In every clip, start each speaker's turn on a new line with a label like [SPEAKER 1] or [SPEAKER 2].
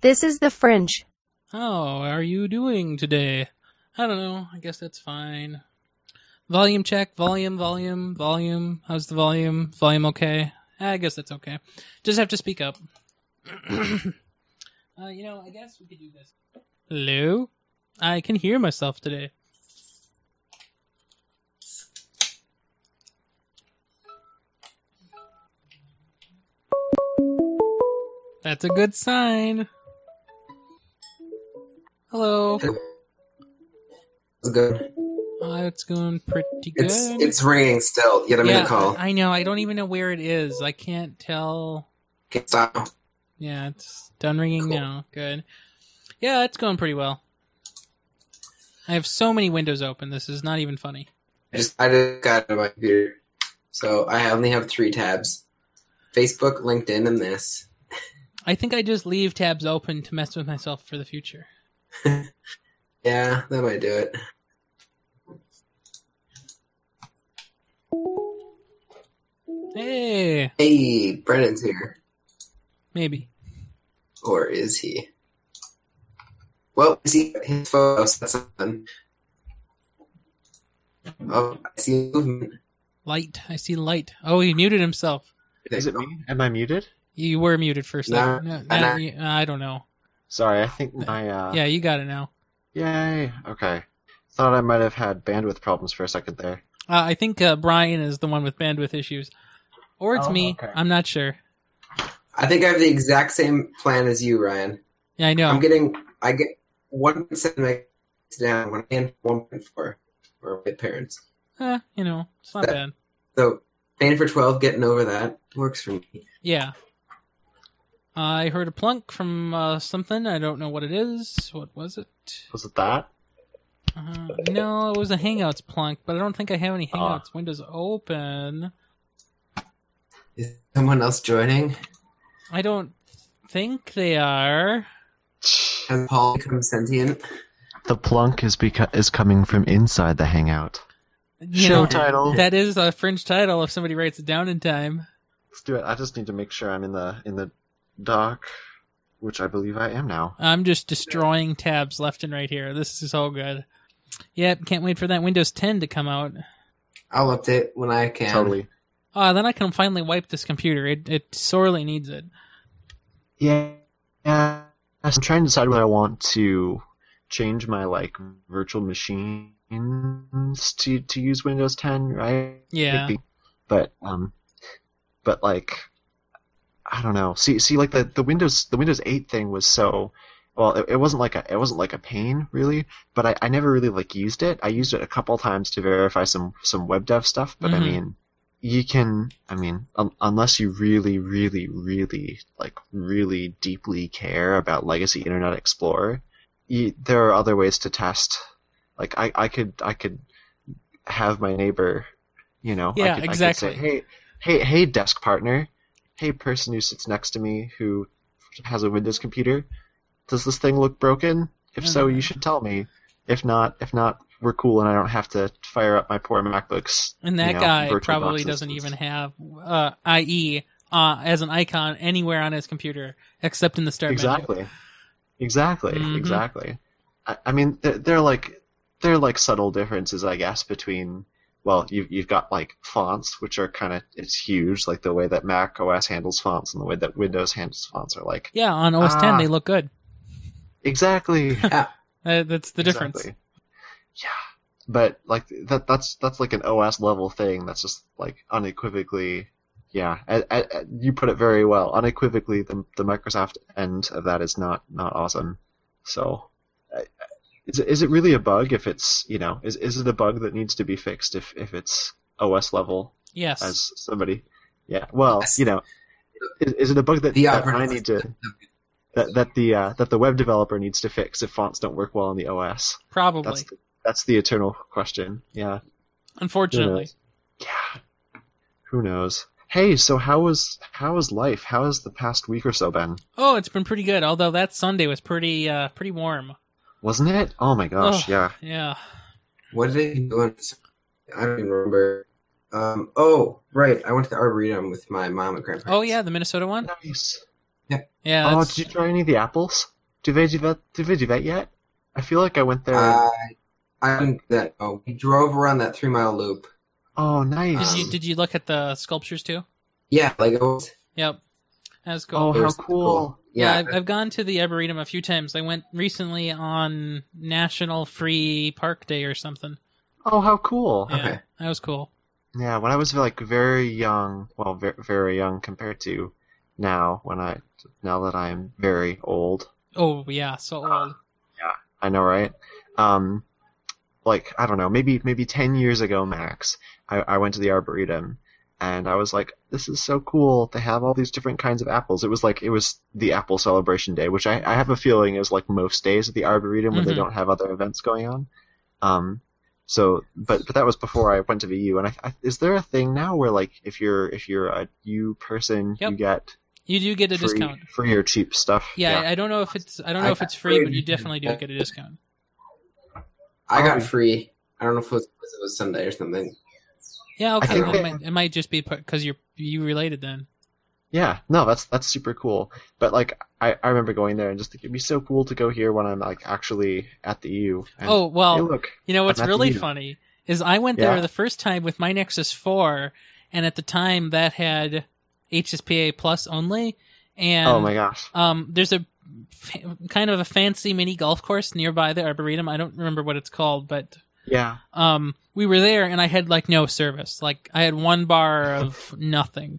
[SPEAKER 1] This is the fringe.
[SPEAKER 2] How are you doing today? I don't know. I guess that's fine. Volume check. Volume, volume, volume. How's the volume? Volume okay? Eh, I guess that's okay. Just have to speak up. uh, you know, I guess we could do this. Hello? I can hear myself today. That's a good sign. Hello.
[SPEAKER 3] It's good.
[SPEAKER 2] Uh, it's going pretty good.
[SPEAKER 3] It's it's ringing still. Yet I'm
[SPEAKER 2] yeah,
[SPEAKER 3] gonna call.
[SPEAKER 2] I know. I don't even know where it is. I can't tell.
[SPEAKER 3] Can't stop.
[SPEAKER 2] Yeah, it's done ringing
[SPEAKER 3] Cool.
[SPEAKER 2] now. Good. Yeah, it's going pretty well. I have so many windows open. This is not even funny.
[SPEAKER 3] I just I just got out of my computer, so I only have three tabs: Facebook, LinkedIn, and this.
[SPEAKER 2] I think I just leave tabs open to mess with myself for the future.
[SPEAKER 3] Yeah, that might do it.
[SPEAKER 2] Hey,
[SPEAKER 3] Hey, Brennan's here,
[SPEAKER 2] maybe.
[SPEAKER 3] or is he? Well, we see his photos. That's not fun. Oh, I see movement.
[SPEAKER 2] Light. I see light. Oh, he muted himself.
[SPEAKER 4] Is it me? Am I muted?
[SPEAKER 2] You were muted for a second.
[SPEAKER 3] No,
[SPEAKER 2] No, now
[SPEAKER 3] no.
[SPEAKER 2] you- I don't know.
[SPEAKER 4] Sorry, I think my uh
[SPEAKER 2] Yeah, you got it now.
[SPEAKER 4] Yay. Okay. Thought I might have had bandwidth problems for a second there.
[SPEAKER 2] Uh, I think uh, Brian is the one with bandwidth issues, or it's
[SPEAKER 4] Oh,
[SPEAKER 2] me.
[SPEAKER 4] okay.
[SPEAKER 2] I'm not sure.
[SPEAKER 3] I think I have the exact same plan as you, Ryan.
[SPEAKER 2] Yeah, I know.
[SPEAKER 3] I'm getting I get one percent down when I am one point four for my parents.
[SPEAKER 2] Eh, you know, it's not
[SPEAKER 3] That-
[SPEAKER 2] bad.
[SPEAKER 3] So paying for twelve, getting over that works for me.
[SPEAKER 2] Yeah. I heard a plunk from uh, something. I don't know what it is. What was it?
[SPEAKER 4] Was it that?
[SPEAKER 2] Uh, no, it was a Hangouts plunk, but I don't think I have any Hangouts windows open.
[SPEAKER 3] Is someone else joining?
[SPEAKER 2] I don't think they are.
[SPEAKER 3] Has Paul become sentient?
[SPEAKER 4] The plunk is beca- is coming from inside the hangout.
[SPEAKER 2] You
[SPEAKER 4] Show
[SPEAKER 2] know,
[SPEAKER 4] title.
[SPEAKER 2] that is a fringe title if somebody writes it down in time.
[SPEAKER 4] Let's do it. I just need to make sure I'm in the in the dock, which I believe I am now.
[SPEAKER 2] I'm just destroying tabs left and right here. This is all good. Yep, can't wait for that Windows 10 to come out.
[SPEAKER 3] I'll update when I can.
[SPEAKER 4] Totally.
[SPEAKER 2] Ah, then I can finally wipe this computer. It, it sorely needs it.
[SPEAKER 4] Yeah. Yeah. I'm trying to decide whether I want to change my like virtual machines to to use Windows 10, right?
[SPEAKER 2] Yeah.
[SPEAKER 4] Maybe. But um, but like, I don't know. See, see, like the, the Windows the Windows 8 thing was so. Well, it, it wasn't like a it wasn't like a pain really, but I, I never really like used it. I used it a couple times to verify some some web dev stuff, but
[SPEAKER 2] Mhm.
[SPEAKER 4] I mean, you can I mean, un- unless you really really really like really deeply care about legacy Internet Explorer, you, there are other ways to test. Like I, I could I could have my neighbor, you know,
[SPEAKER 2] Yeah,
[SPEAKER 4] I could,
[SPEAKER 2] exactly.
[SPEAKER 4] I could say, hey, hey, hey, desk partner, hey, person who sits next to me who has a Windows computer, does this thing look broken? If so, you should tell me. If not, if not, we're cool, and I don't have to fire up my poor MacBooks.
[SPEAKER 2] And
[SPEAKER 4] you
[SPEAKER 2] that
[SPEAKER 4] know,
[SPEAKER 2] guy
[SPEAKER 4] virtual
[SPEAKER 2] probably
[SPEAKER 4] boxes.
[SPEAKER 2] doesn't even have uh, IE uh, as an icon anywhere on his computer except in the start
[SPEAKER 4] exactly exactly
[SPEAKER 2] Mhm.
[SPEAKER 4] exactly I, I mean they're, they're like they're like subtle differences i guess between well you've, you've got like fonts which are kind of it's huge like the way that mac os handles fonts and the way that windows handles fonts are like
[SPEAKER 2] menu. Yeah, on OS 10
[SPEAKER 4] Ah.
[SPEAKER 2] they look good.
[SPEAKER 4] exactly
[SPEAKER 2] Uh, that's the difference.
[SPEAKER 4] Exactly. Yeah, but like that that's that's like an OS level thing. That's just like unequivocally, yeah. a- a- a- you put it very well. Unequivocally, the the Microsoft end of that is not not awesome. So. I- I- Is it, is it really a bug if it's you know is, is it a bug that needs to be fixed if, if it's OS level
[SPEAKER 2] Yes.
[SPEAKER 4] as somebody yeah well
[SPEAKER 3] Yes.
[SPEAKER 4] you know is, is it a bug that,
[SPEAKER 3] The
[SPEAKER 4] that
[SPEAKER 3] operating
[SPEAKER 4] I need to
[SPEAKER 3] system.
[SPEAKER 4] that, that the uh, that the web developer needs to fix if fonts don't work well in the OS
[SPEAKER 2] probably.
[SPEAKER 4] that's the, that's the eternal question. Yeah. Who
[SPEAKER 2] Unfortunately.
[SPEAKER 4] knows? Yeah. Who knows? Hey, so how was how was life? How has the past week or so been?
[SPEAKER 2] Oh, it's been pretty good, although that Sunday was pretty uh, pretty warm.
[SPEAKER 4] Wasn't it? Oh my gosh,
[SPEAKER 2] Ugh.
[SPEAKER 4] yeah.
[SPEAKER 2] Yeah.
[SPEAKER 3] What did I do? on- I don't even remember. Um, oh, right. I went to the arboretum with my mom and grandparents.
[SPEAKER 2] Oh, yeah, the Oh, Minnesota one?
[SPEAKER 4] Nice.
[SPEAKER 2] Yeah.
[SPEAKER 4] oh,
[SPEAKER 2] that's-
[SPEAKER 4] did you try any of the apples? Did we do that? Did we do that yet? I feel like I went there.
[SPEAKER 3] Uh, I'm that. Oh, we drove around that three mile loop.
[SPEAKER 4] oh, nice.
[SPEAKER 2] Did you
[SPEAKER 3] Um,
[SPEAKER 2] did you look at the sculptures too?
[SPEAKER 3] Yeah, like it was.
[SPEAKER 2] Yep, that's cool.
[SPEAKER 4] oh,
[SPEAKER 3] it
[SPEAKER 4] how
[SPEAKER 3] was
[SPEAKER 4] cool.
[SPEAKER 3] Yeah,
[SPEAKER 2] I've, I've gone to the Arboretum a few times. I went recently on National Free Park Day or something.
[SPEAKER 4] Oh, how cool.
[SPEAKER 2] Yeah,
[SPEAKER 3] Okay.
[SPEAKER 2] that was cool.
[SPEAKER 4] Yeah, when I was like very young, well, very, very young compared to now, when I now that I'm very old,
[SPEAKER 2] Oh yeah, so old.
[SPEAKER 4] I know, right? Um, like I don't know, maybe maybe ten years ago max. I, I went to the arboretum, and I was like, "This is so cool! They have all these different kinds of apples." It was like it was the apple celebration day, which I, I have a feeling is like most days at the arboretum when they
[SPEAKER 2] Mhm.
[SPEAKER 4] don't have other events going on. Um, so, but but that was before I went to VU. And I, I, is there a thing now where like if you're if you're a U person,
[SPEAKER 2] Yep.
[SPEAKER 4] you get
[SPEAKER 2] You do get a
[SPEAKER 4] free,
[SPEAKER 2] discount.
[SPEAKER 4] free or cheap stuff?
[SPEAKER 2] Yeah, I I don't know if it's I don't know
[SPEAKER 3] I
[SPEAKER 2] if
[SPEAKER 3] got
[SPEAKER 2] it's free,
[SPEAKER 3] free.
[SPEAKER 2] but you definitely do get a discount.
[SPEAKER 3] I got
[SPEAKER 4] Oh.
[SPEAKER 3] free. I don't know if it was, it was Sunday or something.
[SPEAKER 2] Yeah, okay.
[SPEAKER 4] think
[SPEAKER 2] Well,
[SPEAKER 4] they-
[SPEAKER 2] it, might, it might just be because you're you related then.
[SPEAKER 4] Yeah, no, that's that's super cool. But like, I, I remember going there and just thinking it'd be so cool to go here when I'm like actually at the U. And,
[SPEAKER 2] Oh
[SPEAKER 4] hey,
[SPEAKER 2] well,
[SPEAKER 4] look,
[SPEAKER 2] you know what's
[SPEAKER 4] I'm at the
[SPEAKER 2] really
[SPEAKER 4] meeting.
[SPEAKER 2] funny is I went there
[SPEAKER 4] Yeah.
[SPEAKER 2] the first time with my Nexus Four, and at the time that had HSPA Plus only, and
[SPEAKER 4] oh my gosh,
[SPEAKER 2] Um, there's a fa- kind of a fancy mini golf course nearby the arboretum. I don't remember what it's called, but
[SPEAKER 4] yeah,
[SPEAKER 2] um, we were there and I had like no service. Like I had one bar of nothing,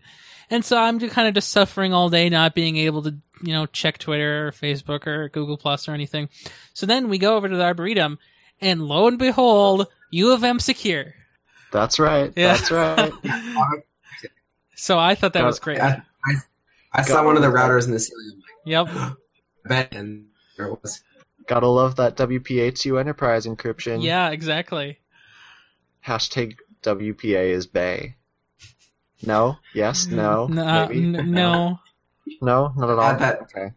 [SPEAKER 2] and so I'm just kind of just suffering all day, not being able to you know check Twitter or Facebook or Google Plus or anything. So then we go over to the arboretum, and lo and behold, U of M secure.
[SPEAKER 4] that's right,
[SPEAKER 2] Yeah.
[SPEAKER 4] that's right.
[SPEAKER 2] so I thought that
[SPEAKER 4] Uh,
[SPEAKER 2] was great.
[SPEAKER 3] I, I, I saw
[SPEAKER 4] God.
[SPEAKER 3] one of the routers in the ceiling.
[SPEAKER 2] Yep.
[SPEAKER 3] I'm like, bet, and there it was.
[SPEAKER 4] Gotta love that WPA2 enterprise encryption.
[SPEAKER 2] Yeah. Exactly.
[SPEAKER 4] Hashtag WPA is Bay. No. Yes. No.
[SPEAKER 2] Mm, Nah,
[SPEAKER 4] maybe.
[SPEAKER 2] n- no.
[SPEAKER 4] No. Not at all.
[SPEAKER 3] Add that.
[SPEAKER 4] Okay.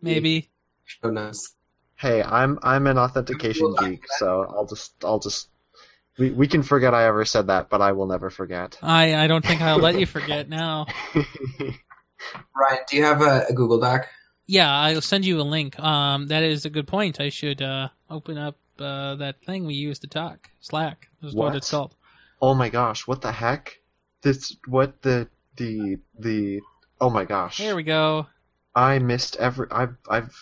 [SPEAKER 2] Maybe.
[SPEAKER 3] Show notes.
[SPEAKER 4] Hey, I'm I'm an authentication geek, so I'll just I'll just we, we can forget I ever said that, but I will never forget.
[SPEAKER 2] I, I don't think I'll let you forget now.
[SPEAKER 3] Ryan, do you have a, a Google Doc?
[SPEAKER 2] Yeah, I'll send you a link. Um, that is a good point. I should uh, open up uh, that thing we use to talk. Slack is what,
[SPEAKER 4] What?
[SPEAKER 2] it's called.
[SPEAKER 4] Oh my gosh, what the heck? This what the the the Oh my gosh.
[SPEAKER 2] Here we go.
[SPEAKER 4] I missed every I've I've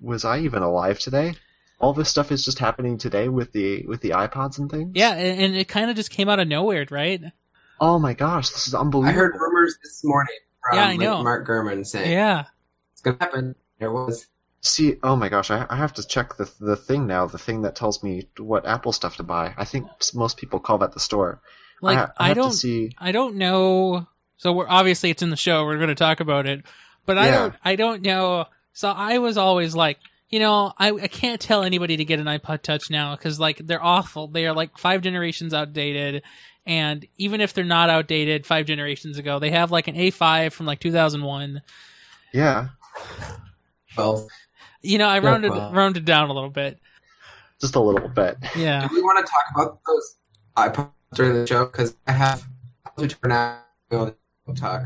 [SPEAKER 4] was I even alive today? All this stuff is just happening today with the with the iPods and things?
[SPEAKER 2] Yeah, and, and it kind of just came out of nowhere, right?
[SPEAKER 4] Oh my gosh, this is unbelievable.
[SPEAKER 3] I heard rumors this morning from
[SPEAKER 2] Yeah, I
[SPEAKER 3] like,
[SPEAKER 2] know.
[SPEAKER 3] Mark Gurman saying
[SPEAKER 2] Yeah.
[SPEAKER 3] it's going to happen. There it was.
[SPEAKER 4] See, oh my gosh, I, I have to check the the thing now, the thing that tells me what Apple stuff to buy. I think s- most people call that the store.
[SPEAKER 2] Like
[SPEAKER 4] I,
[SPEAKER 2] I,
[SPEAKER 4] have
[SPEAKER 2] don't
[SPEAKER 4] to see
[SPEAKER 2] I don't know. So we're obviously it's in the show. We're going to talk about it, but I
[SPEAKER 4] Yeah.
[SPEAKER 2] don't I don't know. So I was always like, you know, I, I can't tell anybody to get an iPod Touch now because like they're awful. They are like five generations outdated, and even if they're not outdated, five generations ago, they have like an A5 from like 2001.
[SPEAKER 4] Yeah.
[SPEAKER 3] Well,
[SPEAKER 2] You know, I
[SPEAKER 3] Yeah,
[SPEAKER 2] rounded
[SPEAKER 3] wow.
[SPEAKER 2] rounded down a little bit.
[SPEAKER 4] Just a little bit.
[SPEAKER 2] Yeah.
[SPEAKER 3] do we want to talk about those iPods during the show? Because I have to turn out on talk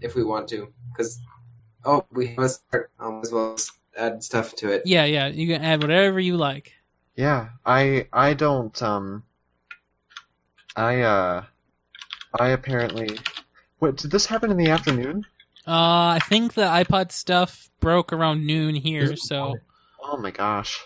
[SPEAKER 3] if we want to. Because, oh, we have a start um, as well as add stuff to it.
[SPEAKER 2] Yeah, yeah. You can add whatever you like.
[SPEAKER 4] Yeah, I I don't um I uh I apparently What did this happen in the afternoon?
[SPEAKER 2] Uh, I think the iPod stuff broke around noon here, so
[SPEAKER 4] Oh my gosh.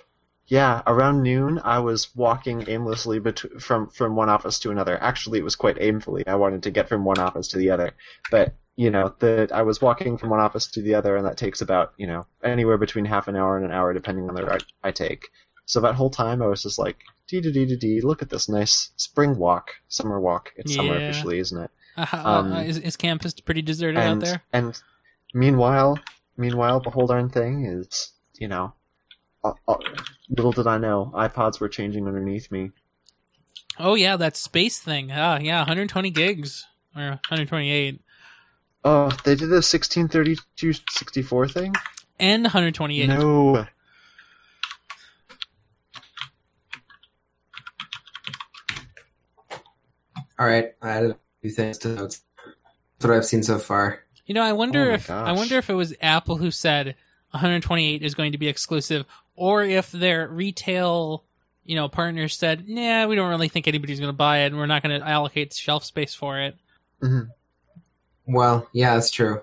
[SPEAKER 4] Yeah, around noon I was walking aimlessly between, from from one office to another. Actually, it was quite aimfully. I wanted to get from one office to the other, but you know, the I was walking from one office to the other and that takes about, you know, anywhere between half an hour and an hour depending on the route I take. So that whole time I was just like dee dee dee dee dee, look at this nice spring walk, summer walk. It's summer
[SPEAKER 2] Yeah.
[SPEAKER 4] officially, isn't it?
[SPEAKER 2] Uh, uh,
[SPEAKER 4] Um,
[SPEAKER 2] uh, is, is campus pretty deserted out
[SPEAKER 4] and,
[SPEAKER 2] there?
[SPEAKER 4] And meanwhile, meanwhile, the whole darn thing is, you know, uh, uh, little did I know, iPods were changing underneath me.
[SPEAKER 2] Oh yeah, that space thing. Ah, yeah, 120 gigs or 128
[SPEAKER 4] Oh, they did the 1632 64 thing?
[SPEAKER 2] and 128.
[SPEAKER 4] No.
[SPEAKER 3] All right, I added a few things to notes. That's what I've seen so far.
[SPEAKER 2] You know, I wonder
[SPEAKER 4] Oh my
[SPEAKER 2] if I
[SPEAKER 4] gosh.
[SPEAKER 2] wonder if it was Apple who said, 128 is going to be exclusive, or if their retail, you know, partners said, "Nah, we don't really think anybody's going to buy it, and we're not going to allocate shelf space for it,"
[SPEAKER 3] Well, yeah, that's true.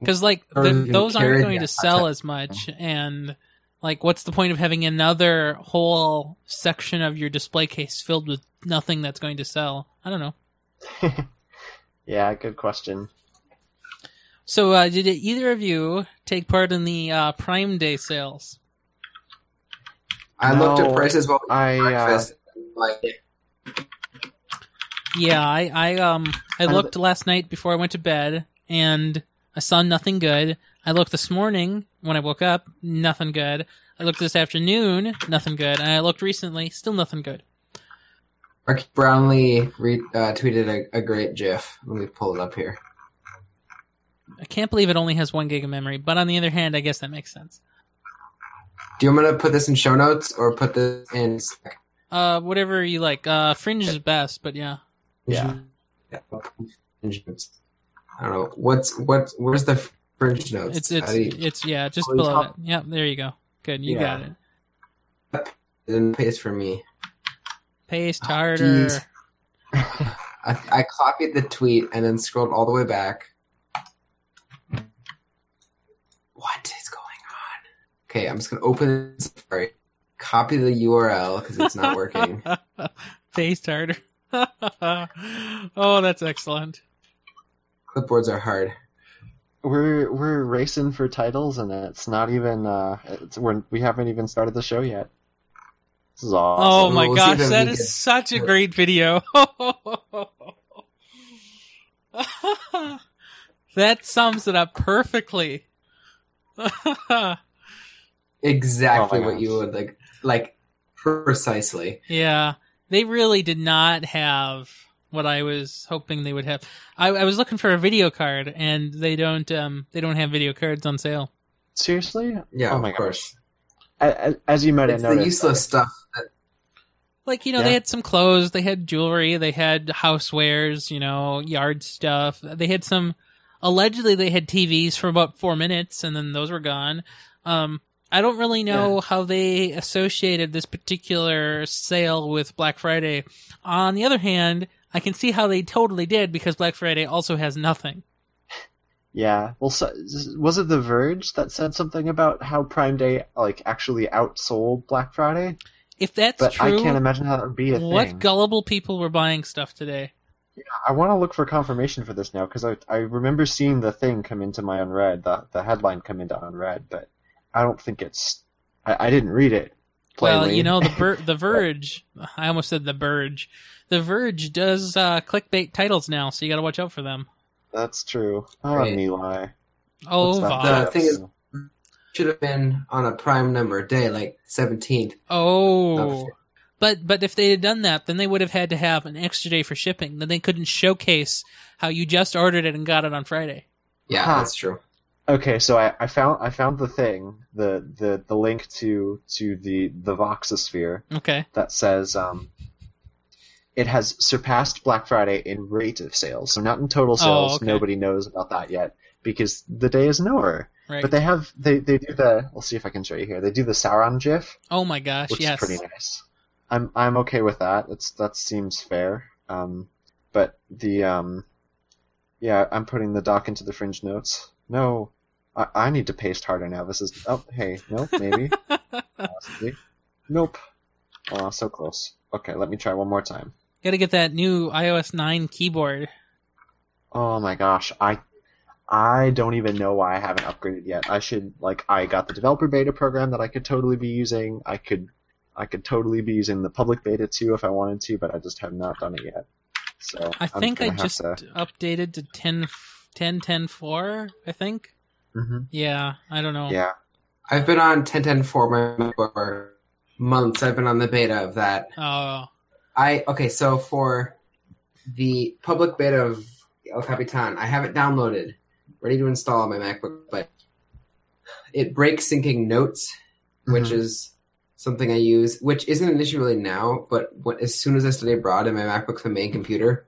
[SPEAKER 2] because like
[SPEAKER 3] Or
[SPEAKER 2] the,
[SPEAKER 3] even
[SPEAKER 2] those aren't
[SPEAKER 3] carry
[SPEAKER 2] going to
[SPEAKER 3] that
[SPEAKER 2] sell
[SPEAKER 3] concept.
[SPEAKER 2] as much, and like, what's the point of having another whole section of your display case filled with nothing that's going to sell? I don't know.
[SPEAKER 4] yeah, good question.
[SPEAKER 2] So, uh, did either of you take part in the uh, Prime Day sales?
[SPEAKER 3] I
[SPEAKER 4] No,
[SPEAKER 3] looked at prices while we were
[SPEAKER 4] I
[SPEAKER 3] at
[SPEAKER 4] uh,
[SPEAKER 3] breakfast. Like,
[SPEAKER 2] Yeah, I, I um I
[SPEAKER 4] I know
[SPEAKER 2] looked last night before I went to bed and I saw nothing good. I looked this morning when I woke up, nothing good. I looked this afternoon, nothing good. And I looked recently, still nothing good.
[SPEAKER 3] Mark Brownlee re- uh, tweeted a, a great GIF. Let me pull it up here.
[SPEAKER 2] I can't believe it only has one gig of memory, but on the other hand, I guess that makes sense.
[SPEAKER 3] Do you want me to put this in show notes or put this in? Slack?
[SPEAKER 2] Uh, whatever you like. Uh, Fringe is best, but yeah.
[SPEAKER 4] Yeah.
[SPEAKER 3] Yeah, I'll put fringe notes. I don't know what's what. Where's the fringe notes?
[SPEAKER 2] It's it's
[SPEAKER 3] I didn't-
[SPEAKER 2] it's yeah, just
[SPEAKER 3] Always
[SPEAKER 2] below it.
[SPEAKER 3] up.
[SPEAKER 2] Yeah, there you go. Good, you
[SPEAKER 4] Yeah.
[SPEAKER 2] got it.
[SPEAKER 3] didn't paste for me.
[SPEAKER 2] Paste
[SPEAKER 4] Ah,
[SPEAKER 3] Oh,
[SPEAKER 2] harder.
[SPEAKER 3] geez. I, I copied the tweet and then scrolled all the way back. What is going on? Okay, I'm just gonna open Safari, copy the URL because it's not working.
[SPEAKER 2] Paste harder. oh, that's excellent.
[SPEAKER 3] Clipboards are hard.
[SPEAKER 4] We're we're racing for titles, and it's not even uh, it's, we're, we haven't even started the show yet. This is
[SPEAKER 2] Oh
[SPEAKER 4] awesome.
[SPEAKER 2] my
[SPEAKER 3] We'll see
[SPEAKER 2] gosh,
[SPEAKER 3] if
[SPEAKER 2] that
[SPEAKER 3] we can-
[SPEAKER 2] is such a great video. that sums it up perfectly.
[SPEAKER 3] Exactly
[SPEAKER 4] Oh my
[SPEAKER 3] what you
[SPEAKER 4] gosh.
[SPEAKER 3] would like, like precisely.
[SPEAKER 2] yeah, they really did not have what I was hoping they would have. I, I was looking for a video card, and they don't. Um, they don't have video cards on sale.
[SPEAKER 4] Seriously,
[SPEAKER 3] Yeah,
[SPEAKER 4] Oh
[SPEAKER 3] of
[SPEAKER 4] my gosh.
[SPEAKER 3] course.
[SPEAKER 4] A- a- as you might have
[SPEAKER 3] It's the
[SPEAKER 4] noticed,
[SPEAKER 3] useless stuff. That,
[SPEAKER 2] Like you know, they
[SPEAKER 4] Yeah.
[SPEAKER 2] had some clothes, they had jewelry, they had housewares, you know, yard stuff. They had some. Allegedly, they had TVs for about four minutes, and then those were gone. Um, I don't really know how they associated this particular sale with Black Friday. On the other hand, I can see how they totally did because Black Friday also has nothing.
[SPEAKER 4] Yeah. Well, so, was it The Verge that said something about how Prime Day like actually outsold Black Friday?
[SPEAKER 2] If that's
[SPEAKER 4] But
[SPEAKER 2] true,
[SPEAKER 4] I can't imagine how that would be a
[SPEAKER 2] what
[SPEAKER 4] thing.
[SPEAKER 2] gullible people were buying stuff today?
[SPEAKER 4] I want to look for confirmation for this now because I I remember seeing the thing come into my unread, the the headline come into unread, but I don't think it's. I, I didn't read it. Plainly.
[SPEAKER 2] Well, you know the Ver- the Verge. I almost said the Verge. The Verge does uh, clickbait titles now, so you got to watch out for them.
[SPEAKER 4] that's true. Oh,
[SPEAKER 3] Right.
[SPEAKER 4] Eli.
[SPEAKER 2] Oh,
[SPEAKER 4] Let's not
[SPEAKER 3] The
[SPEAKER 2] Vox.
[SPEAKER 4] do that.
[SPEAKER 3] thing is- should have been on a prime number day, like 17th.
[SPEAKER 2] oh.
[SPEAKER 3] Okay.
[SPEAKER 2] But but if they had done that, then they would have had to have an extra day for shipping. Then they couldn't showcase how you just ordered it and got it on Friday.
[SPEAKER 3] Yeah,
[SPEAKER 4] Huh.
[SPEAKER 3] that's true.
[SPEAKER 4] Okay, so I, I found I found the thing the, the, the link to to the the Voxosphere
[SPEAKER 2] Okay.
[SPEAKER 4] that says um, it has surpassed Black Friday in rate of sales. So not in total sales.
[SPEAKER 2] Oh, okay.
[SPEAKER 4] Nobody knows about that yet because the day is nowhere.
[SPEAKER 2] Right.
[SPEAKER 4] But they have they, they do the. I'll see if I can show you here. They do the Sauron GIF,
[SPEAKER 2] oh my gosh,
[SPEAKER 4] which
[SPEAKER 2] yes.
[SPEAKER 4] is pretty nice. I'm I'm okay with that. It's that seems fair. Um, but the um, yeah, I'm putting the doc into the fringe notes. No, I, I need to paste harder now. This is oh hey nope maybe possibly nope. Oh, so close. Okay, let me try one more time.
[SPEAKER 2] got to get that new iOS 9 keyboard.
[SPEAKER 4] Oh my gosh, I I don't even know why I haven't upgraded yet. I should like I got the developer beta program that I could totally be using. I could I could totally be using the public beta too if I wanted to, but I just have not done it yet. So
[SPEAKER 2] I
[SPEAKER 4] I'm
[SPEAKER 2] think I
[SPEAKER 4] gonna have
[SPEAKER 2] just
[SPEAKER 4] to.
[SPEAKER 2] updated to 10 10 10 4, I think.
[SPEAKER 4] Mhm.
[SPEAKER 2] Yeah, I don't know.
[SPEAKER 4] Yeah,
[SPEAKER 3] I've been on 1010 for my for months. I've been on the beta of that.
[SPEAKER 2] Oh.
[SPEAKER 3] I okay, so for the public beta of El Capitan, I have it downloaded, ready to install on my MacBook, but it breaks syncing notes, which
[SPEAKER 4] Mhm.
[SPEAKER 3] is something I use, which isn't an issue really now, but what, as soon as I study abroad and my MacBook's my main computer,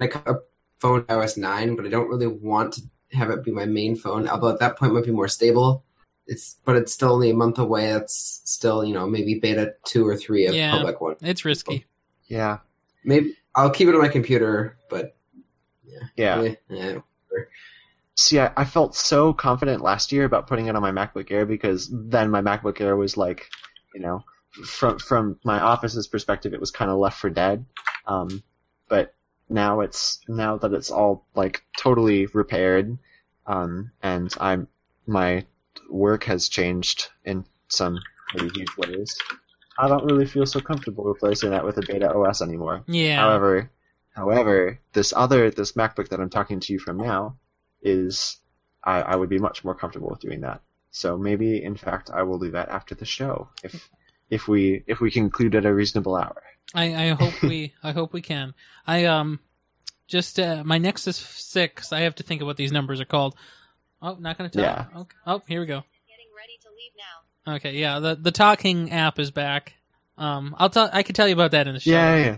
[SPEAKER 3] I got a phone iOS nine, but I don't really want to have it be my main phone. Although at that point it might be more stable. it's but it's still only a month away. That's still you know maybe beta two or three of
[SPEAKER 2] Yeah.
[SPEAKER 3] public one.
[SPEAKER 2] It's risky.
[SPEAKER 4] Yeah,
[SPEAKER 3] Maybe I'll keep it on my computer, but
[SPEAKER 4] yeah.
[SPEAKER 3] eh, eh.
[SPEAKER 4] See, I, I felt so confident last year about putting it on my MacBook Air because then my MacBook Air was like, you know, from from my office's perspective, it was kind of left for dead. Um, but now it's now that it's all like totally repaired, um, and I'm my work has changed in some pretty huge ways. I don't really feel so comfortable replacing that with a beta OS anymore.
[SPEAKER 2] Yeah.
[SPEAKER 4] However, however, this other this MacBook that I'm talking to you from now is I, I would be much more comfortable with doing that. So maybe in fact I will do that after the show if if we if we conclude at a reasonable hour.
[SPEAKER 2] I, I hope we I hope we can. I um just uh, my Nexus six. I have to think of what these numbers are called. Oh, not gonna talk.
[SPEAKER 4] Yeah.
[SPEAKER 2] Okay. Oh, here we go.
[SPEAKER 1] Getting ready to leave now.
[SPEAKER 2] Okay, yeah. The the talking app is back. Um, I'll tell. I could tell you about that in the show.
[SPEAKER 4] Yeah, yeah,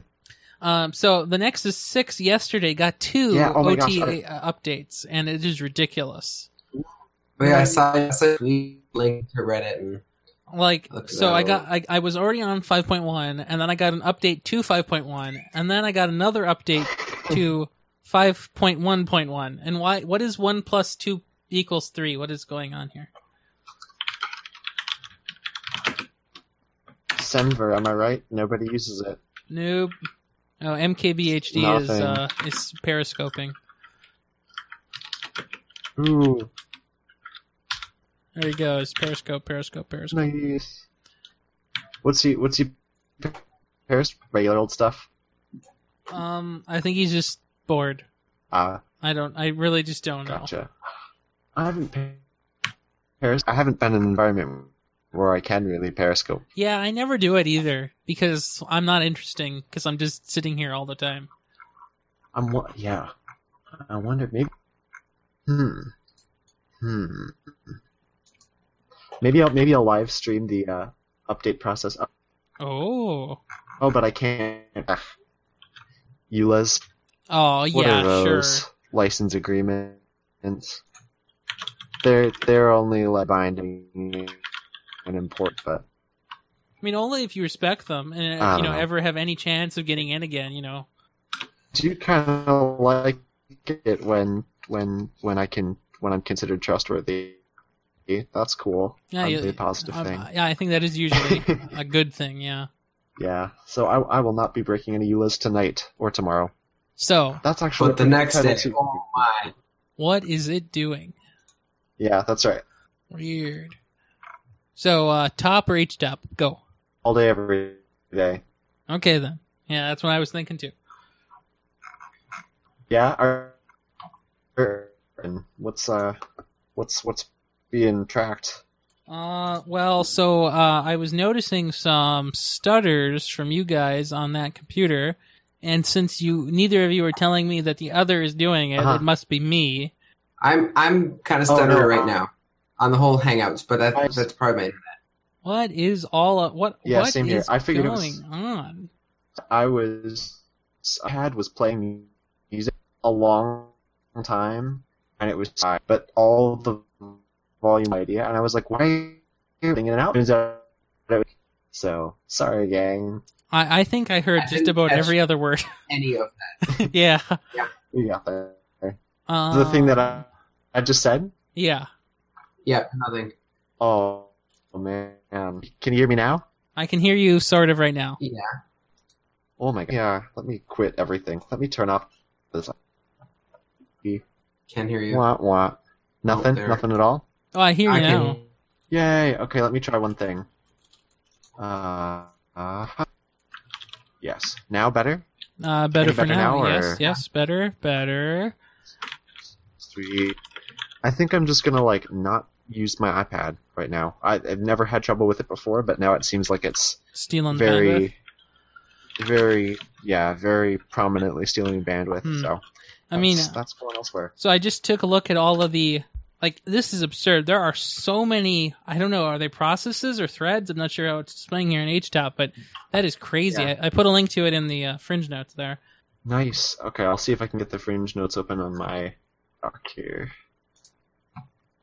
[SPEAKER 2] Um, so the Nexus six yesterday got two
[SPEAKER 4] Yeah, oh my
[SPEAKER 2] OTA
[SPEAKER 4] gosh,
[SPEAKER 2] uh, updates, and it is ridiculous.
[SPEAKER 3] But yeah, I saw I saw a tweet link to Reddit and
[SPEAKER 2] Like
[SPEAKER 3] Look at
[SPEAKER 2] so, I
[SPEAKER 3] that.
[SPEAKER 2] got I, I was already on five point one, and then I got an update to five point one, and then I got another update to five point one point one. And why? What is one plus two equals three? What is going on here?
[SPEAKER 4] yeah. Semver, am I right? Nobody uses it.
[SPEAKER 2] Noob. Oh, MKBHD is
[SPEAKER 4] Nothing.
[SPEAKER 2] uh, is periscoping.
[SPEAKER 4] Ooh,
[SPEAKER 2] There he goes. Periscope, Periscope, Periscope.
[SPEAKER 4] nice. What's he? What's he? Paris regular old stuff.
[SPEAKER 2] Um, I think he's just bored.
[SPEAKER 4] Ah,
[SPEAKER 2] I don't. I really just don't know.
[SPEAKER 4] gotcha. I haven't pa- Paris. I haven't been in an environment where I can really periscope.
[SPEAKER 2] Yeah, I never do it either because I'm not interesting because I'm just sitting here all the time.
[SPEAKER 4] I'm wa- yeah. I wonder maybe. Hmm. Hmm. Maybe I'll maybe I'll live stream the uh, update process. Oh,
[SPEAKER 2] Oh.
[SPEAKER 4] Oh, but I can't. Ugh. EULAs.
[SPEAKER 2] Oh
[SPEAKER 4] What
[SPEAKER 2] yeah,
[SPEAKER 4] are those
[SPEAKER 2] sure.
[SPEAKER 4] license agreements? They're they're only like binding and import, but
[SPEAKER 2] I mean, only if you respect them and
[SPEAKER 4] I
[SPEAKER 2] you know,
[SPEAKER 4] don't know.
[SPEAKER 2] ever have any chance of getting in again. You know.
[SPEAKER 4] I do kind of like it when when when I can when I'm considered trustworthy. That's cool.
[SPEAKER 2] Yeah,
[SPEAKER 4] I'm
[SPEAKER 2] you-
[SPEAKER 4] a positive
[SPEAKER 2] Um,
[SPEAKER 4] thing.
[SPEAKER 2] yeah, I think that is usually a good thing. Yeah.
[SPEAKER 4] Yeah, so I, I will not be breaking any EULAs tonight or tomorrow.
[SPEAKER 2] So,
[SPEAKER 4] That's actually
[SPEAKER 3] but the next day,
[SPEAKER 4] title too.
[SPEAKER 3] oh my,
[SPEAKER 2] what is it doing?
[SPEAKER 4] Yeah, that's right.
[SPEAKER 2] Weird. So, uh, top or H top? Go.
[SPEAKER 4] All day, every day.
[SPEAKER 2] Okay then. Yeah, that's what I was thinking too.
[SPEAKER 4] Yeah. Are, are- and what's uh, what's what's being tracked?
[SPEAKER 2] Uh, well, so uh, I was noticing some stutters from you guys on that computer, and since you neither of you are telling me that the other is doing it,
[SPEAKER 4] Uh-huh.
[SPEAKER 2] it must be me.
[SPEAKER 3] I'm I'm kind of
[SPEAKER 4] Oh,
[SPEAKER 3] stuttering
[SPEAKER 4] no.
[SPEAKER 3] right now on the whole Hangouts, but that,
[SPEAKER 4] I-
[SPEAKER 3] that's probably my
[SPEAKER 2] What is all? Of, what?
[SPEAKER 4] Yeah,
[SPEAKER 2] what
[SPEAKER 4] same here.
[SPEAKER 2] is
[SPEAKER 4] I figured it
[SPEAKER 2] going
[SPEAKER 4] was-
[SPEAKER 2] on.
[SPEAKER 4] I was I had was playing music a long time, and it was high, but all the volume idea, and I was like, why are you bringing it out? Turns out it was- So sorry, gang.
[SPEAKER 2] I, I think I heard
[SPEAKER 3] I
[SPEAKER 2] just
[SPEAKER 3] didn't
[SPEAKER 2] about
[SPEAKER 3] catch-
[SPEAKER 2] every other word.
[SPEAKER 3] any of
[SPEAKER 2] yeah.
[SPEAKER 4] We got there.
[SPEAKER 2] Um,
[SPEAKER 4] the thing that I, I just said.
[SPEAKER 2] yeah,
[SPEAKER 3] yeah nothing.
[SPEAKER 4] Oh, oh, man, can you hear me now?
[SPEAKER 2] I can hear you sort of right now.
[SPEAKER 3] Yeah,
[SPEAKER 4] Oh my god. Yeah, let me quit everything. Let me turn off this.
[SPEAKER 3] can't hear you.
[SPEAKER 4] Wah wah. Nothing.
[SPEAKER 3] there.
[SPEAKER 4] nothing at all.
[SPEAKER 2] Oh, I hear you
[SPEAKER 3] I
[SPEAKER 2] now.
[SPEAKER 3] can,
[SPEAKER 4] Yay. Okay, let me try one thing. Uh. uh yes. Now better.
[SPEAKER 2] Uh, better
[SPEAKER 4] Any
[SPEAKER 2] for
[SPEAKER 4] better
[SPEAKER 2] now.
[SPEAKER 4] now, or-
[SPEAKER 2] Yes, yes, better, better.
[SPEAKER 4] Sweet. I think I'm just gonna like not use my iPad right now. I, I've never had trouble with it before, but now it seems like it's
[SPEAKER 2] Stealing bandwidth.
[SPEAKER 4] very, very, yeah, very prominently stealing bandwidth.
[SPEAKER 2] Hmm.
[SPEAKER 4] So
[SPEAKER 2] I mean,
[SPEAKER 4] that's- that's going elsewhere.
[SPEAKER 2] so I just took a look at all of the. Like this is absurd. There are so many. I don't know. Are they processes or threads? I'm not sure how it's displaying here in HTOP, but that is crazy.
[SPEAKER 4] Yeah.
[SPEAKER 2] I, I put a link to it in the uh, fringe notes there.
[SPEAKER 4] Nice. Okay, I'll see if I can get the fringe notes open on my dock here.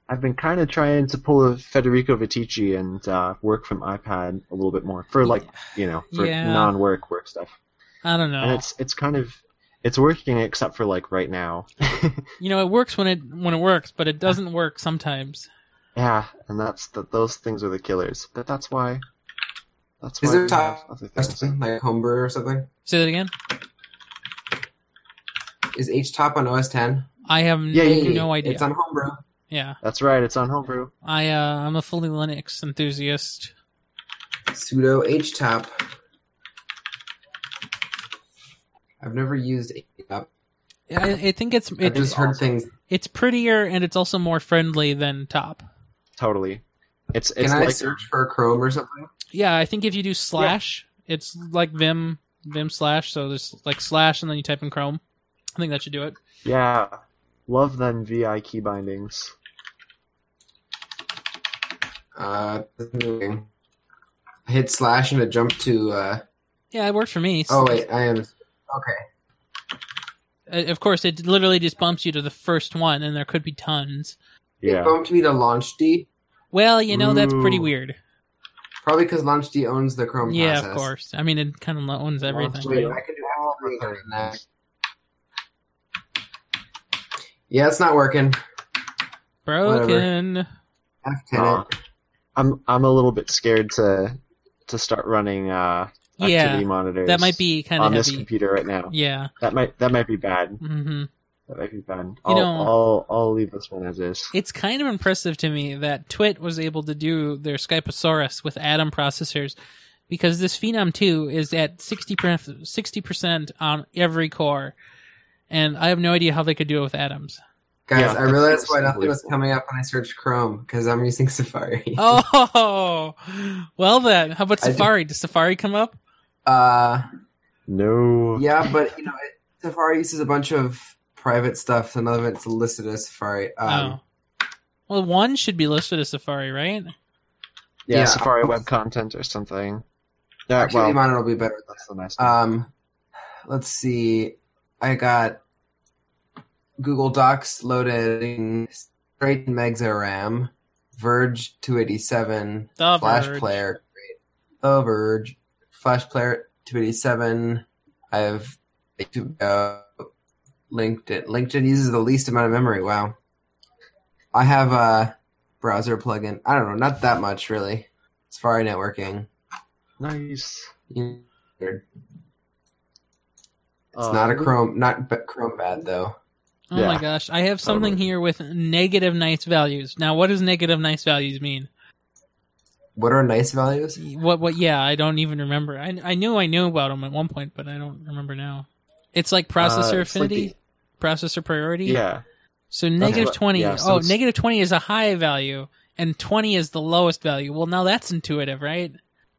[SPEAKER 4] I've been kind of trying to pull a Federico Vitici and uh, work from iPad a little bit more for like you know for
[SPEAKER 2] Yeah.
[SPEAKER 4] non-work work stuff.
[SPEAKER 2] I don't
[SPEAKER 4] And
[SPEAKER 2] know.
[SPEAKER 4] it's it's kind of it's working except for like right now.
[SPEAKER 2] You know, it works when it when it works, but it doesn't work sometimes.
[SPEAKER 4] yeah, and that's that. Those things are the killers. But that's why. That's
[SPEAKER 3] Is
[SPEAKER 4] why
[SPEAKER 3] there
[SPEAKER 4] we
[SPEAKER 3] time-
[SPEAKER 4] have other
[SPEAKER 3] Or
[SPEAKER 4] things.
[SPEAKER 3] something, like homebrew or something.
[SPEAKER 2] Say that again.
[SPEAKER 3] Is H top on OS 10?
[SPEAKER 2] I have
[SPEAKER 4] Yeah,
[SPEAKER 2] n-
[SPEAKER 4] yeah, yeah.
[SPEAKER 2] no idea.
[SPEAKER 3] It's on homebrew.
[SPEAKER 2] yeah,
[SPEAKER 4] That's right. It's on Homebrew.
[SPEAKER 2] I uh, I'm a fully Linux enthusiast.
[SPEAKER 3] Pseudo H top. I've never used H top.
[SPEAKER 2] I, I think it's
[SPEAKER 3] I've
[SPEAKER 2] it,
[SPEAKER 3] just heard things.
[SPEAKER 2] it's prettier and it's also more friendly than top.
[SPEAKER 4] Totally. It's
[SPEAKER 3] Can
[SPEAKER 4] it's
[SPEAKER 3] I
[SPEAKER 4] like
[SPEAKER 3] search for Chrome or something?
[SPEAKER 2] Yeah, I think if you do slash, it's like Vim Vim slash. So there's like slash, and then you type in Chrome. I think that should do it.
[SPEAKER 4] yeah. Love them VI key bindings.
[SPEAKER 3] Uh, doesn't work. I hit slash and it jumped to. Uh,
[SPEAKER 2] Yeah, it worked for me.
[SPEAKER 3] oh wait, I am.
[SPEAKER 2] Uh, Of course, it literally just bumps you to the first one, and there could be tons.
[SPEAKER 3] It
[SPEAKER 4] Yeah.
[SPEAKER 3] bumped me to Launch D,
[SPEAKER 2] Well, you know that's pretty
[SPEAKER 4] Ooh.
[SPEAKER 2] weird.
[SPEAKER 3] probably because Launch D owns the Chrome
[SPEAKER 2] yeah,
[SPEAKER 3] process.
[SPEAKER 2] of course. I mean, it kind of owns everything.
[SPEAKER 4] Launch
[SPEAKER 3] Wait, I can do all three of that. Yeah, it's not working.
[SPEAKER 2] Broken.
[SPEAKER 3] F10
[SPEAKER 4] Aw.
[SPEAKER 3] it.
[SPEAKER 4] I'm I'm a little bit scared to to start running uh
[SPEAKER 2] Yeah,
[SPEAKER 4] activity monitors.
[SPEAKER 2] that might be kind of
[SPEAKER 4] on
[SPEAKER 2] heavy.
[SPEAKER 4] this computer right now.
[SPEAKER 2] Yeah.
[SPEAKER 4] That might that might be bad.
[SPEAKER 2] hmm
[SPEAKER 4] That might be bad. I'll
[SPEAKER 2] know-
[SPEAKER 4] I'll, I'll leave this one as is.
[SPEAKER 2] It's kind of impressive to me that Twit was able to do their Skypeosaurus with Atom processors because this Phenom 2 is at 60%, 60% on every core. And I have no idea how they could do it with Atoms.
[SPEAKER 3] Guys,
[SPEAKER 4] Yeah,
[SPEAKER 3] I
[SPEAKER 4] that's-
[SPEAKER 3] realized
[SPEAKER 4] that's
[SPEAKER 3] why nothing was
[SPEAKER 4] unbelievable.
[SPEAKER 3] coming up when I searched Chrome because I'm using Safari.
[SPEAKER 2] Oh, well then, how about
[SPEAKER 3] I do-
[SPEAKER 2] Safari? Does Safari come up?
[SPEAKER 3] Uh,
[SPEAKER 4] No.
[SPEAKER 3] yeah, but you know, it, Safari uses a bunch of private stuff, so none of it's listed as Safari. Um,
[SPEAKER 2] oh. Well, one should be listed as Safari, right?
[SPEAKER 4] Yeah,
[SPEAKER 3] Yeah.
[SPEAKER 4] Safari web content or something. Yeah,
[SPEAKER 3] Activity
[SPEAKER 4] well,
[SPEAKER 3] Monitor will be better.
[SPEAKER 4] that's the nice.
[SPEAKER 3] Um, let's see. I got Google Docs loading straight in megs of RAM, Verge 287,
[SPEAKER 2] The
[SPEAKER 3] Flash
[SPEAKER 2] Verge.
[SPEAKER 3] Player, The Verge, Flash Player 287. I have uh, LinkedIn. LinkedIn uses the least amount of memory. Wow. I have a browser plugin. I don't know, not that much really. Safari networking.
[SPEAKER 4] nice.
[SPEAKER 3] You- It's
[SPEAKER 4] Uh,
[SPEAKER 3] not a Chrome, not b- Chrome bad though.
[SPEAKER 2] Oh
[SPEAKER 4] Yeah.
[SPEAKER 2] my gosh, I have something
[SPEAKER 4] Totally.
[SPEAKER 2] here with negative nice values. Now, what does negative nice values mean?
[SPEAKER 3] What are nice values?
[SPEAKER 2] What? What? Yeah, I don't even remember. I I knew I knew about them at one point, but I don't remember now. It's like processor
[SPEAKER 4] Uh, it's like
[SPEAKER 2] affinity, processor priority.
[SPEAKER 4] Yeah.
[SPEAKER 2] So negative
[SPEAKER 4] what-
[SPEAKER 2] twenty.
[SPEAKER 4] yeah, so
[SPEAKER 2] oh,
[SPEAKER 4] it's-
[SPEAKER 2] negative twenty is a high value, and twenty is the lowest value. Well, now that's intuitive, right?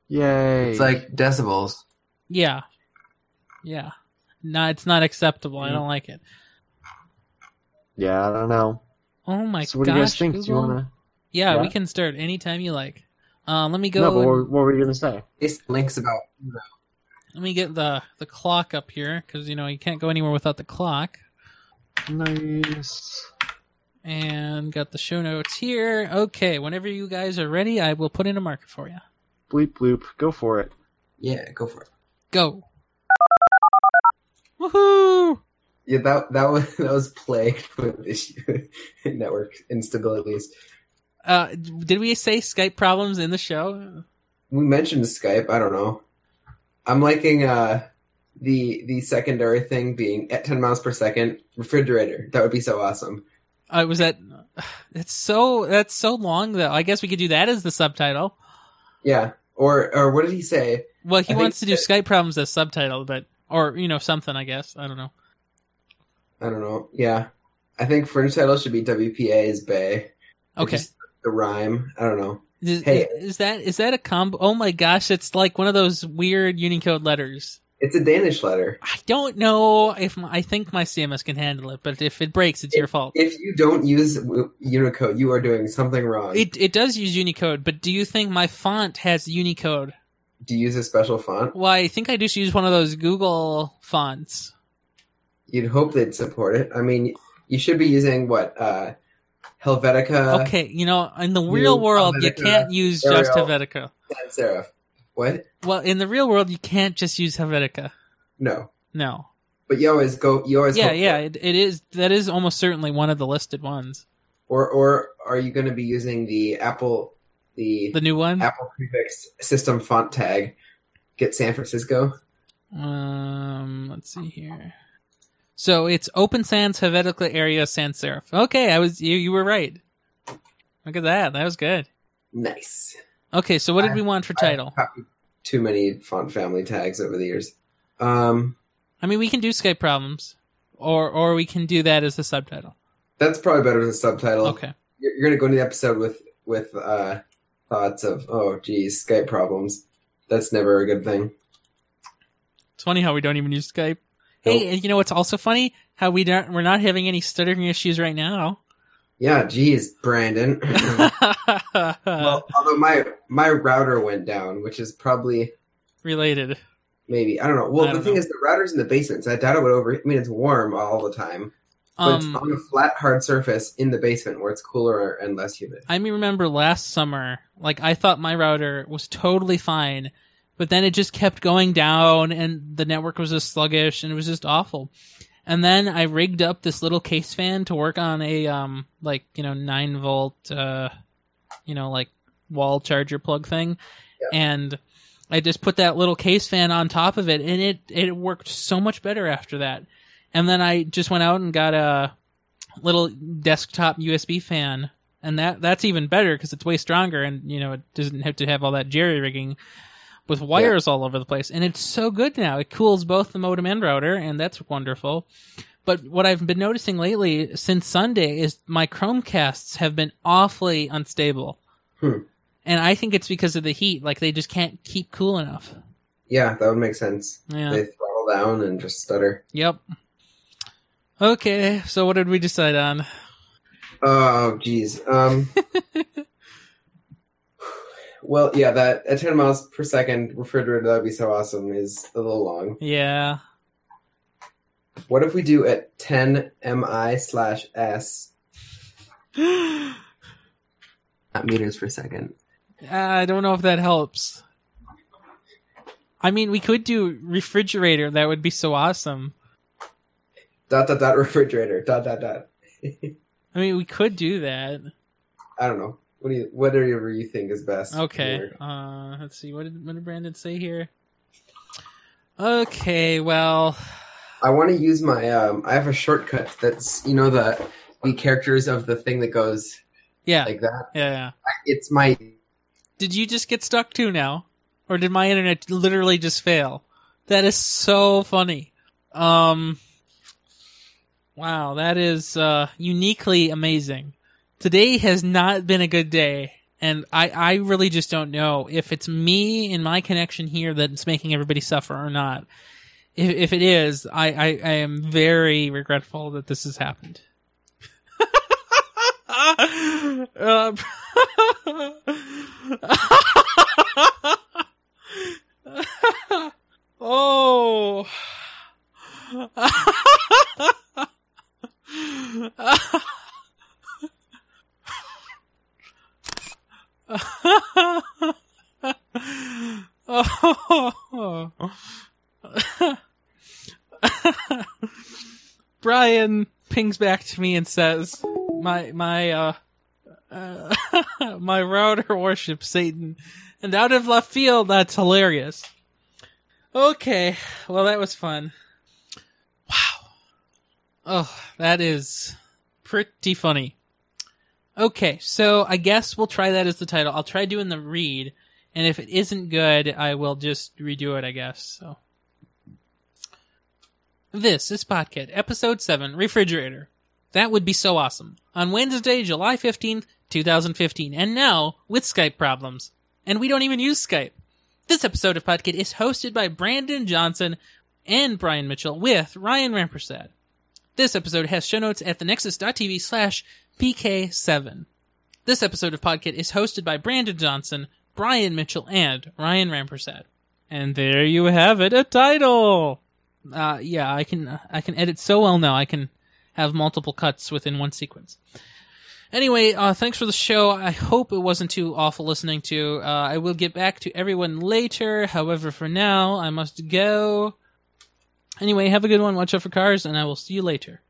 [SPEAKER 4] Yay.
[SPEAKER 3] It's like decibels.
[SPEAKER 2] Yeah, yeah. No, it's not acceptable.
[SPEAKER 4] Mm.
[SPEAKER 2] I don't like it.
[SPEAKER 4] Yeah, I don't know.
[SPEAKER 2] Oh my
[SPEAKER 4] so what
[SPEAKER 2] gosh!
[SPEAKER 4] do you guys think? Do you
[SPEAKER 2] Google.
[SPEAKER 4] wanna?
[SPEAKER 2] Yeah,
[SPEAKER 4] yeah?
[SPEAKER 2] we can start anytime you like. Uh, let me go.
[SPEAKER 4] No, but
[SPEAKER 2] and-
[SPEAKER 4] what, were- what were you gonna say?
[SPEAKER 3] It's links about.
[SPEAKER 2] Let me get the the clock up here because you know you can't go anywhere without the clock.
[SPEAKER 4] Nice.
[SPEAKER 2] And got the show notes here. Okay, whenever you guys are ready, I will put in a marker for you.
[SPEAKER 4] Bleep bloop. Go for it.
[SPEAKER 3] Yeah, go for it.
[SPEAKER 2] Go. Woohoo!
[SPEAKER 3] Yeah, that that was that was plagued with issue network instabilities.
[SPEAKER 2] Uh, did we say Skype problems in the show?
[SPEAKER 3] We mentioned Skype. I don't know. I'm liking uh, the the secondary thing being at 10 miles per second refrigerator. That would be so awesome.
[SPEAKER 2] Uh, was that? That's so. That's so long though. I guess we could do that as the subtitle.
[SPEAKER 3] Yeah. Or or what did he say?
[SPEAKER 2] Well, he
[SPEAKER 3] I think
[SPEAKER 2] wants to do
[SPEAKER 3] that-
[SPEAKER 2] Skype problems as subtitle, but or you know something. I guess I don't know.
[SPEAKER 3] I don't know. Yeah. I think fringe title should be WPA's Bay. Or
[SPEAKER 2] Okay.
[SPEAKER 3] just The rhyme. I don't know.
[SPEAKER 2] Is,
[SPEAKER 3] Hey.
[SPEAKER 2] is that is that a combo? Oh my gosh, it's like one of those weird Unicode letters.
[SPEAKER 3] It's a Danish letter.
[SPEAKER 2] I don't know if my, I think my CMS can handle it, but if it breaks, it's your fault.
[SPEAKER 3] If you don't use w- Unicode, you are doing something wrong.
[SPEAKER 2] It it does use Unicode, but do you think my font has Unicode?
[SPEAKER 3] Do you use a special font?
[SPEAKER 2] Well, I think I just use one of those Google fonts.
[SPEAKER 3] You'd hope they'd support it. I mean, you should be using what uh, Helvetica
[SPEAKER 2] okay, you know, in the real
[SPEAKER 3] you,
[SPEAKER 2] world, you
[SPEAKER 3] Helvetica,
[SPEAKER 2] can't use
[SPEAKER 3] Arial.
[SPEAKER 2] just Helvetica.
[SPEAKER 3] sans serif. What?
[SPEAKER 2] Well, in the real world, you can't just use Helvetica.
[SPEAKER 3] No.
[SPEAKER 2] No.
[SPEAKER 3] But you always go. You always
[SPEAKER 2] Yeah,
[SPEAKER 3] hope for
[SPEAKER 2] yeah,
[SPEAKER 3] it.
[SPEAKER 2] it, it is. That is almost certainly one of the listed ones.
[SPEAKER 3] Or or are you going to be using the Apple the,
[SPEAKER 2] The new one.
[SPEAKER 3] Apple prefix system font tag? Get San Francisco.
[SPEAKER 2] Um, let's see here. So it's Open Sans Helvetica Area Sans Serif. Okay, I was you. You were right. Look at that. That was good.
[SPEAKER 3] Nice.
[SPEAKER 2] Okay, so what did
[SPEAKER 3] I-
[SPEAKER 2] we want for
[SPEAKER 3] I-
[SPEAKER 2] title?
[SPEAKER 3] Copied Too many font family tags over the years. Um,
[SPEAKER 2] I mean, we can do Skype problems, or or we can do that as a subtitle.
[SPEAKER 3] that's probably better than a subtitle.
[SPEAKER 2] Okay.
[SPEAKER 3] you're, you're going to go into the episode with with uh, thoughts of oh geez Skype problems. That's never a good thing.
[SPEAKER 2] It's funny how we don't even use Skype. Hey, and you know what's also funny? How we don't we're not having any stuttering issues right now.
[SPEAKER 3] Yeah, geez, Brandon. well, although my my router went down, which is probably
[SPEAKER 2] Related.
[SPEAKER 3] maybe I don't know. Well,
[SPEAKER 2] I don't
[SPEAKER 3] the thing
[SPEAKER 2] know.
[SPEAKER 3] is, the router's in the basement, so I doubt it would over. I mean, it's warm all the time, but it's on a
[SPEAKER 2] Um,
[SPEAKER 3] flat, hard surface in the basement where it's cooler and less humid.
[SPEAKER 2] I mean, remember last summer, like I thought my router was totally fine, but then it just kept going down, and the network was just sluggish, and it was just awful. And then I rigged up this little case fan to work on a um like you know nine volt uh you know like wall charger plug thing, and I just put that little case fan on top of it, and it it worked so much better after that. And then I just went out and got a little desktop USB fan, and that that's even better because it's way stronger, and you know it doesn't have to have all that jerry rigging with wires all over the place. And it's so good now; it cools both the modem and router, and that's wonderful. But what I've been noticing lately since Sunday is my Chromecasts have been awfully unstable.
[SPEAKER 3] Hmm.
[SPEAKER 2] And I think it's because of the heat. Like they just can't keep cool enough.
[SPEAKER 3] Yeah, that would make sense.
[SPEAKER 2] Yeah.
[SPEAKER 3] They throttle down and just stutter.
[SPEAKER 2] Yep. Okay, so what did we decide on?
[SPEAKER 3] Oh, geez. Um, well, yeah, that at 10 miles per second refrigerator that'd be so awesome is a little long.
[SPEAKER 2] Yeah.
[SPEAKER 3] What if we do at 10 mi slash s
[SPEAKER 2] I
[SPEAKER 3] not meters per second?
[SPEAKER 2] Uh, don't know if that helps. I mean, we could do refrigerator. That would be so awesome.
[SPEAKER 3] Dot dot dot refrigerator dot dot dot.
[SPEAKER 2] I mean, we could do that.
[SPEAKER 3] I don't know. What do you whatever you think is best?
[SPEAKER 2] Okay.
[SPEAKER 3] Or-
[SPEAKER 2] Uh, let's see. What did what did Brandon say here? Okay. Well.
[SPEAKER 3] I want to use my um. I have a shortcut that's you know the the characters of the thing that goes
[SPEAKER 2] Yeah.
[SPEAKER 3] like that.
[SPEAKER 2] yeah. Yeah.
[SPEAKER 3] It's my
[SPEAKER 2] Did you just get stuck too now? Or did my internet literally just fail? That is so funny. Um Wow, that is uh uniquely amazing. Today has not been a good day, and I I really just don't know if it's me and my connection here that's making everybody suffer or not. If if it is, I I, I am very regretful that this has happened. Uh, oh. Brian pings back to me and says, "My my uh, uh my router worships Satan, and out of left field, that's hilarious." Okay, well that was fun. Wow. Oh, that is pretty funny. Okay, so I guess we'll try that as the title. I'll try doing the read, and if it isn't good, I will just redo it, I guess. So. This is Podcat, Episode 7, Refrigerator. That would be so awesome. On Wednesday, July 15th, 2015, and now with Skype problems. And we don't even use Skype. This episode of Podkit is hosted by Brandon Johnson and Brian Mitchell with Ryan Rampersad. This episode has show notes at thenexus.tv slash pk7. This episode of Podkit is hosted by Brandon Johnson, Brian Mitchell, and Ryan Rampersad. And there you have it, a title! Uh, yeah, I can I can edit so well now. I can have multiple cuts within one sequence. Anyway, uh, thanks for the show. I hope it wasn't too awful listening to. Uh, I will get back to everyone later. However, for now, I must go. Anyway, have a good one. Watch out for cars, and I will see you later.